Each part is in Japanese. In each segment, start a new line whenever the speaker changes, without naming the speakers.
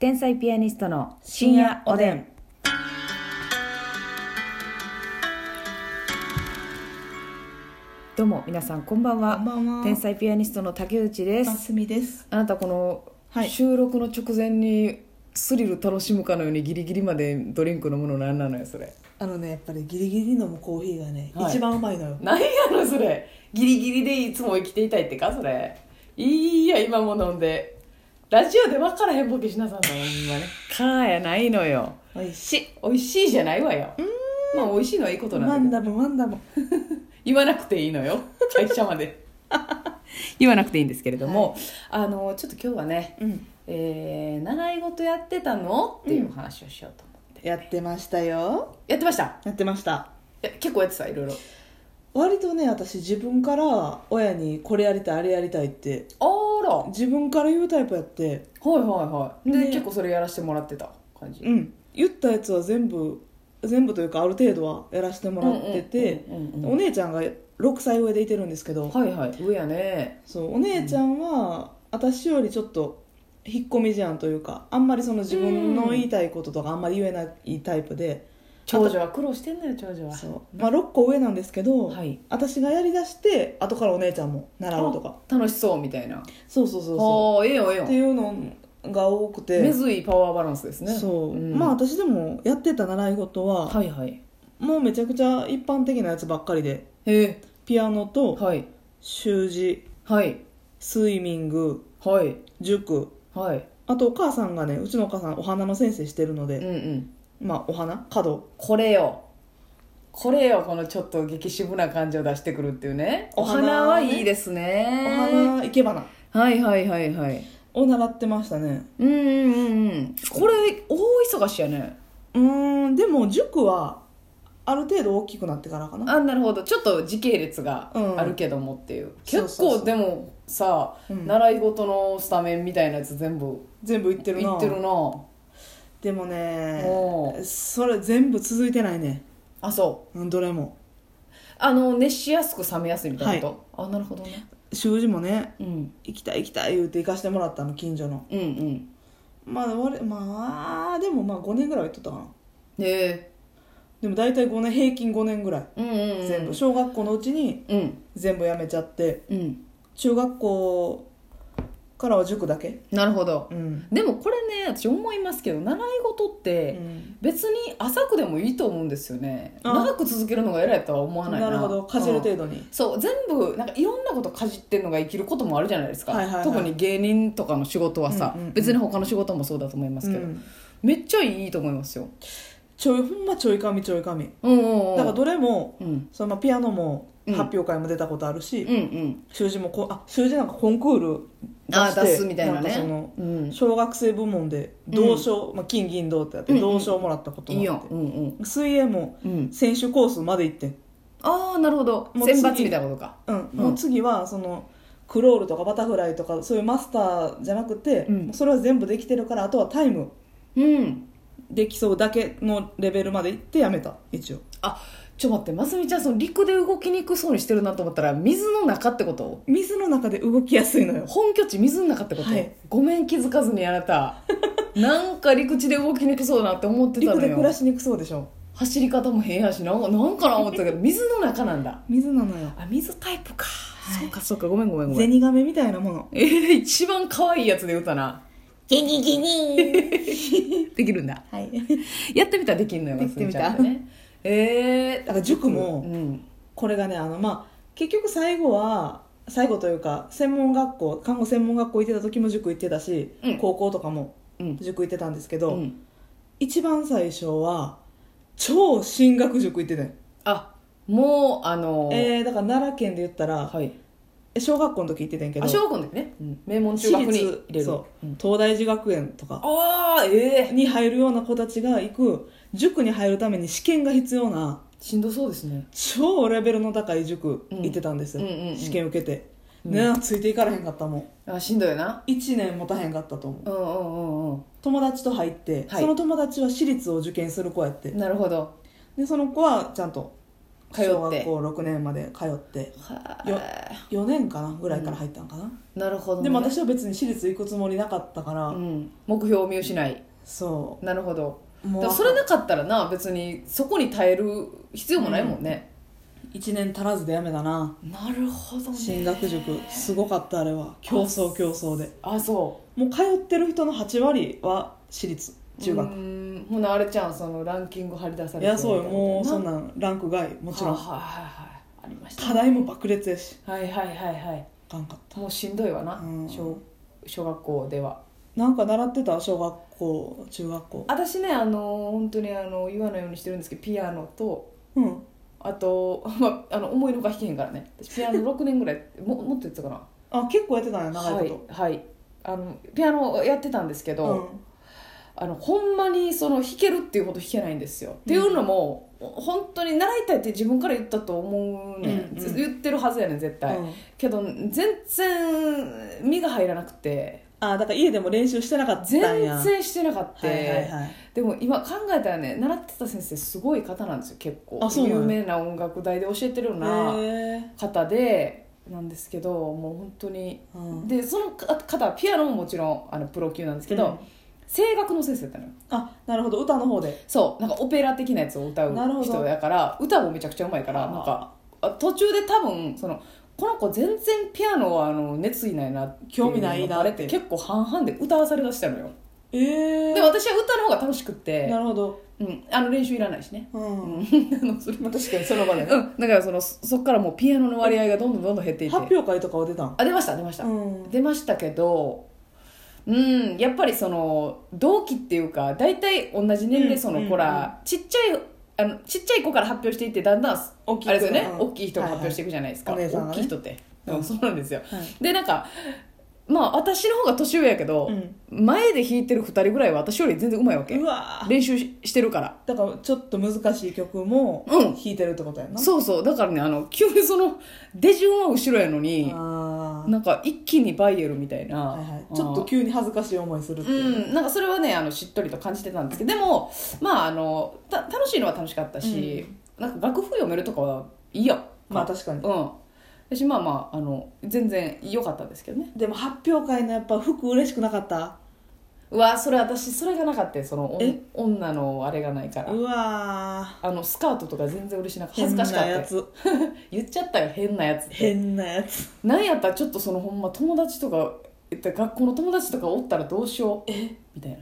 天才ピアニストの深夜おでん。どうも皆さんこんばん
こん
は。
ばんは。
天才ピアニストの竹内で。
ますすみです。
あなたこ
は
の
い
収録の直前にスリル楽しむかのようにギリギリまでドリンク飲むのなんなのよそれ。
あのね、やっぱりギリギリ飲むコーヒーがね、
はい
一番うまいのよ。
なんやのそれギリギリでいつも生きていたいってかそれいいや今も飲んでラジオで分からへんボケしなさんのほんまねかーやないのよ
おいし
し美味しいじゃないわよまあ美味しいのはいいこと
い。
な
マ
ん
ン
だ
ダムマンダム。
けど言わなくていいの よ会社まで 言わなくていいんですけれども、あのちょっと今日はね、
うん。
えー習い事やってたのっていうお話をしようと思って、
やってましたよ。
やってました
やってました。
いや結構やってたいろいろ
割とね、私自分から親にこれやりたい、あれやりたいって、
あら
自分から言うタイプやって、
はいはいはいで、
ね
結構それやらせてもらってた感じ
うん。言ったやつは全部、全部というかある程度はやらせてもらってて、
うんうんうんうん
お姉ちゃんが6歳上でいてるんですけど、
はいはい上やね
そうお姉ちゃんは私よりちょっと引っ込み思案というかあんまりその自分の言いたいこととかあんまり言えないタイプで、
長女は苦労してんのよ長女は
そうまあ、6個上なんですけど、
はい
私がやりだして後からお姉ちゃんも習うとか
楽しそうみたいな
そうそうそうそ
ああええよええ
う
よ
っていうのが多くて
目ずいパワーバランスですね
そう、
ん
まあ私でもやってた習い事は、
はいはい
もうめちゃくちゃ一般的なやつばっかりで
へえ
ピアノと
はい
習字
はい
スイミング
はい
塾
はい
あとお母さんがねうちのお母さんお花の先生してるので
うんうん
まあ、お花角
これよこれよこのちょっと激渋な感じを出してくるっていうねお
お花ね
花はいいです
お
ね
花生け花
はいはいはいはい
を習ってましたね
うんうんうんうんこれ大忙しやね
うーんでも塾はある程度大きくなってからかな
あなるほどちょっと時系列が
うん
あるけどもっていう、
そうそう
結
そう
構でもさ、
うん
習い事のスタメンみたいなやつ全部
全部行ってるない
ってるな
でも
お
ねそれ全部続いてないね
あそう
うんどれも
あの熱しやすく冷めやすいみたいなこと、あなるほどね、
習字もね
うん、
行きたい行きたい言うて行かしてもらったの近所の
うんうん
まあ我々まあでもまあ5年ぐらいは行っとったかな
へ
でも大体5年平均5年ぐらい
えうんうんうん
全部小学校のうちに
うん
全部やめちゃって
うん
中学校からは塾だけ
なるほど
うん、
でもこれね私思いますけど習い事っ
う
て
ん
別に浅くでもいいと思うんですよね
あ
長く続けるのが偉いとは思わないな
なるほどかじる程度に
そう全部なんかいろんなことかじってんのが生きることもあるじゃないですか、
はいはいはい
特に芸人とかの仕事はさ、
うんうんうん
別に他の仕事もそうだと思いますけど、
うん
めっちゃいいと思いますよ
ちょいほんまちょい神ちょい神
うんうんうん
だからどれも
うん
そのまあピアノも
うん
発表会も出たことあるし、
うんうん
習字もこあ習字なんかコンクール出
あ
し
ー
て
出すみたいなんね
かその
うん、
小学生部門で銅賞、まあ、金銀銅ってあっ
うん
て
うん
銅賞もらったこと
いい
もあ
よ
って、
うんうん
水泳も
うん
選手コースまで行ってん、
ああなるほど
もう
選
次
抜みたいなことか
うんもう次はそのクロールとかバタフライとかそういうマスターじゃなくて、
うん
それは全部できてるからあとはタイム
うん
で競うだけのレベルまで行ってやめた一応
あちょっと待ってますみちゃんその陸で動きにくそうにしてるなと思ったら水の中ってこと
水の中で動きやすいのよ
本拠地水の中ってこと、
はい
ごめん気づかずにあなたなんか陸地で動きにくそうなって思ってた
陸
の
で
よ
暮らしにくそうでしょ
走り方も平やしなんかなんかな思ってたけど水の中なんだ
水なのよ
あ水タイプか、
い
そうかそうかごめんごめんごめ
ゼ
ん
ニガメみたいなもの
えー、一番可愛いやつで歌な
ゲニゲニ
できるんだ
はい
やってみたらできるのよ
できてみた
ますみちゃんね えー、
だから塾も
うん
これがねあのまあ結局最後は最後というか専門学校看護専門学校行ってた時も塾行ってたし、
うん
高校とかも
うん
塾行ってたんですけ
う
ど、
ん
一番最初は超進学塾行ってたよ、
あもうあのー
えー、だから奈良県で言ったら、
はい
小学校の時行ってたんやけど
あ小学校の時ね、うん、名門中学に入れる
そう、
ん
東大寺学園とか
ああええ
に入るような子たちが行く塾に入るために試験が必要な
しんどそうですね
超レベルの高い塾
うん
行ってたんですよ、
うんうんうん
試験受けて、
うん
ねついていかれへんかったもん
あしんどいよな
1年もたへんかったと思
う
う
んうんうんう
友達と入って、
はい
その友達は私立を受験する子やって
んなるほど
でその子はちゃんと
通って
小学校6年まで通ってよ4年かなぐらいから入ったんかな、
なるほど、ね、
でも私は別に私立行くつもりなかったから、
うん、目標を見失い
そ
なるほど
うも
だ
う
からそれなかったらな別にそこに耐える必要もないもんね、
1年足らずでやめたな
なるほどね
進学塾すごかったあれは競争競争で
あそ
もう通ってる人の8割は私立
う
中
う
学
んほなあれちゃんそのランキング張り出され
い
て
やそうよもうそん
な
なんランク外も
も
ちろん
はいはいはいはいありました
課題も爆裂やし
はいはいはいはい
あかんかった
もうしんどいわな、
うん
小小学校では
なんか習ってた小学校中学校
私ねあの本当にあの言わないようにしてるんですけどピアノと
うん
あと、 まあ、あの思いのほか弾けへんからね私ピアノ6年ぐらいももっとやってたかな
あ結構やってたんや 長いこと、
はい、はい、あのピアノやってたんですけど、
うん
あのほんまにその弾けるっていうほど弾けないんですよ、っていうのも本当に習いたいって自分から言ったと思うねん、
うんうん
ず言ってるはずやねん絶対、
うん
けど全然身が入らなくて
あだから家でも練習してなかったん
全
や
然してなかった、
はいはいはい
でも今考えたらね習ってた先生すごい方なんですよ結構
あそうなんや
有名な音楽大で教えてるような
へえ
方でなんですけどもう本当に
うん
でその方はピアノももちろんあのプロ級なんですけど、
うん
声楽の先生だったのよ
あなるほど歌の方で
そうなんかオペラ的なやつを歌う
なるほど
人やから歌もめちゃくちゃうまいから
あー
なんかあ途中で多分そのこの子全然ピアノはあの熱意ないなってう
興味ないなって
あれって結構半々で歌わされだしたのよ
ええ
で私は歌の方が楽しくって
な、るほど
うん、あの練習いらないしね
うん、
あのそれ
まあ、確かにその場でね
うん、だからそのそそっからもうピアノの割合がどんどんどんどん減っていって
発表会とかは出たん
あ出ました出ました、
うん
出ましたけどうんやっぱりその同期っていうか大体同じ年
う
齢
ん
その
うん
子ら、ちっちゃいあのちっちゃい子から発表していってだんだん
大きい
あれですよね、
うん
大きい人が発表していくじゃないですか、
はいはいお姉さんが
大
ね
きい人って、
うん
うんそうなんですよ
はい
でなんかまあ私の方が年上やけど、
うん
前で弾いてる2人ぐらいは私より全然うまいわけ
うわー
練習ししてるから
だからちょっと難しい曲も
うん
弾いてるってことやな、
そうそうだからねあの急にその出順は後ろやのに
あ
なんか一気にバイエルみたいな、
あ、はいはい、ちょっと急に恥ずかしい思いするって
う
いうね、
ん、なんかそれはねあのしっとりと感じてたんですけどでもまああのた楽しいのは楽しかったし、なんか楽譜読めるとかはいいや
まあ確かに、
うん私まあまああの全然良かったですけどね
でも発表会のやっぱ服嬉しくなかった
うわそれ私それがなかったよそのおん
え
女のあれがないから
うわ
あのスカートとか全然嬉しなく
ー
て恥ずかしかった
変な
よ
やつ
言っちゃったよ変なやつって
変なやつ
なんやったらちょっとそのほんま友達とかえっと学校の友達とかおったらどうしよう
え
みたいな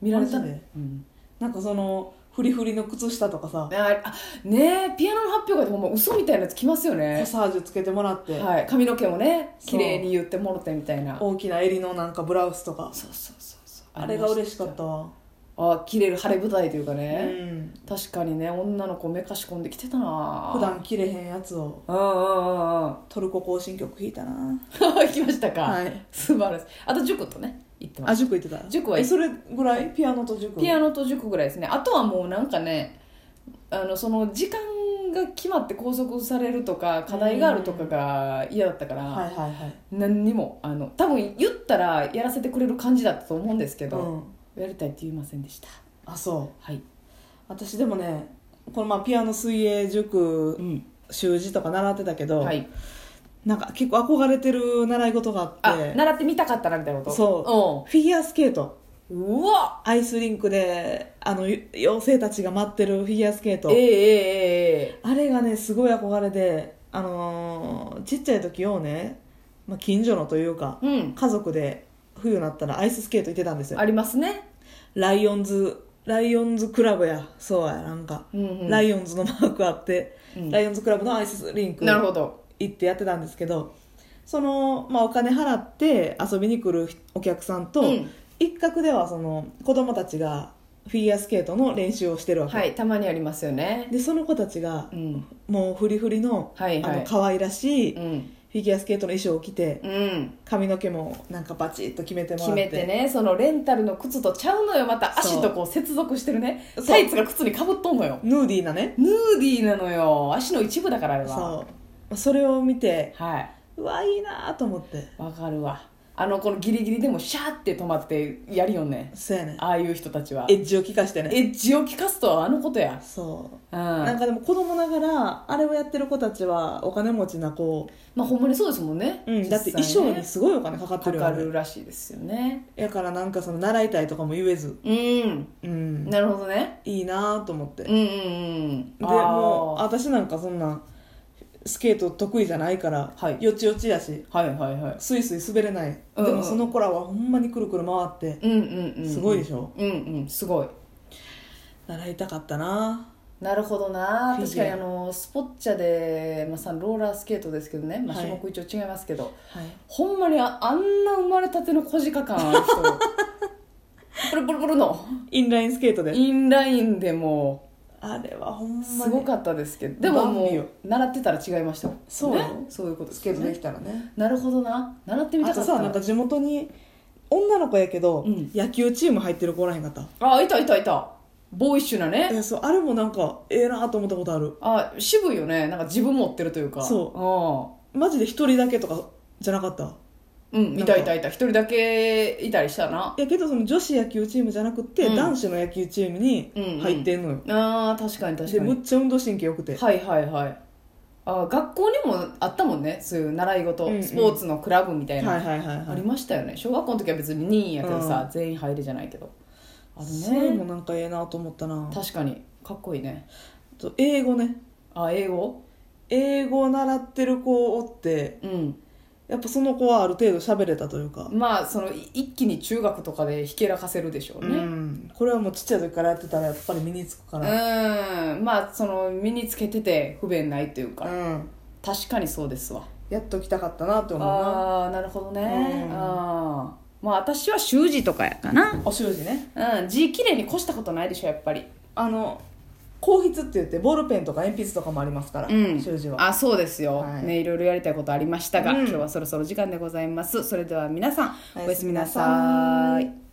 見られた
マジで、
うん
なんかそのフリフリの靴下とかさ
ああねえピアノの発表会でほんま嘘みたいなやつ来ますよ
コ
ね、
サージュつけてもらって、
はい、髪の毛もね
そ
綺
う
麗に言ってもろてみたいな
大きな襟のなんかブラウスとか
そうそうそうそう
あれが嬉しかったわ、
あ切れる晴れ舞台というか
う
ね、
ん、
確かにね女の子めかし込んできてたな
普段着れへんやつを
うんうんうんうん
トルコ行進曲弾いたな
行きましたか、
はい
素晴らしいあと塾とね行ってま
あ
し
塾行ってた
塾は行
え
っ
それぐらいピアノと塾
たピアノと塾ぐらいですねあとはもうなんかねあのその時間が決まって拘束されるとか課題があるとかが嫌だったから、
はいはいはい
何にもあの多分言ったらやらせてくれる感じだったと思うんですけ
う
ど、
ん
やりたいって言いませんでした
あそう
はい、
私でもねこのまあピアノ水泳塾
ん、
習字とか習ってたけど、
はい
なんか結構憧れてる習い事があ
あ
って
習ってみたかったなみたいなこと
そうフィギュアスケート
うんうわ
アイスリンクであのよ妖精たちが待ってるフィギュアスケー
え
ト
ええええ
あれがねすごい憧れであのーちっちゃい時ようね、まあ、近所のというか
えうん
家族で冬になったらアイススケート行ってたんですよ
ありますね、
ライオンズライオンズクラブやそうやなんか、
うんうん
ライオンズのマークあって、
うん
ライオンズクラブのアイスリンク
なるほど
行ってやってたんですけどその、まあ、お金払って遊びに来るお客さんと、
うん
一角ではその子供たちがフィギュアスケートの練習をしてるわけ、
はいたまにありますよね
でその子たちが
うん
もうフリフリの,、
はいはい
あの可愛らしい
う
フ
ん
ィギュアスケートの衣装を着て、
うん
髪の毛もなんかバチッと決めてもらっ
決
て
めてねそのレンタルの靴とちゃうのよまた
そう
足とこう接続してるね
そう
タイツが靴にかぶっとんのよ
ヌーディーなね
ヌーディーなのよ足の一部だからあれは
そうそれを見て
はいう
わいいなと思って
わかるわあのこのギリギリでもシャーって止まってやりよんね
そうやねん
ああいう人たちは
エッジを利かしてね
エッジを利かすとはあのことや
そう
うん
なんかでも子供ながらあれをやってる子たちはお金持ちな子、
まあほんまにそうですもんね、
うん、だって
実際
衣
ね
装にすごいお金かかって
か
る
か
よね
るらしいですよね
だからなんかその習いたいとかも言えず、
うん
うん、
なるほどね
いいなと思って、
うんうんうん
で
あー
もう私なんかそんなスケート得意じゃないから、
はい
よちよちやし
はいはいはい
スイスイ滑れない、
うんうん
でもその子らはほんまにくるくる回って
うんうんうんうん
すごいでしょ
うんうんすごい
習いたかったな
なるほどな
フィ
確
ギュ
か
ア
にあのスポッチャで、まあ、さローラースケートですけどね、まあ、
はい
種目一応違いますけど、
はい
ほんまにああんな生まれたての小鹿感ある人 プルプルプルの
インラインスケートで
インラインでも
あれはほんまに
すごかったですけどでも
バンビ
も
よ
う習ってたら違いました
そうよ
ね、そういうことです
スケ
けど
ートで
ね
きたらね
なるほどな習ってみ
あ
たか
と
った
さなんか地元に女の子やけど、
うん
野球チーム入ってる子おらへんかった
あいたいたいたボーイッシュなね
えそうあれもなんかええなと思ったことある
あ渋いよねなんか自分持ってるというかそ
マジで一人だけとかじゃなかった
ううんいたいたいた一人だけいたりしたな
やけどその女子野球チームじゃなくって、
うん
男子の野球チームに入ってんのよ、
あー確かに確
で
か
むっ
に
ちゃ運動神経良くて、
はいはいはいあ学校にもあったもんねそういう習い事、
うんうん
スポーツのクラブみたいな、
はいはいはいは
あ
い
りましたよね小学校の時は別に任意やけどさ、
う
全員入るじゃないけどあ
それ
る
も
ね
なんかええなと思ったな
確かにかっこいいね
と英語ね
あ英語
英語を習ってる子おって
うん
やっぱその子はある程度喋れたというか、
まあそのい一気に中学とかでひけらかせるでしょう
う
ね、
ん、これはもうちっちゃい時からやってたらやっぱり身につくか
う
ら
んまあその身につけてて不便ないというか、
うん
確かにそうですわ
やっと来たかったなって思うな
ああなるほどね、
うん
あーまあ私は習字とかやかな
お習字ね
うん字きれいに越したことないでしょやっぱり
あの硬筆って言ってボールペンとか鉛筆とかもありますから、
うん
習字は
あそうですよ、
はい
ねいろいろやりたいことありましたが、
うん
今日はそろそろ時間でございますそれでは皆さんお
お
や
や
す
す
み
み
な
な
さ
さい
い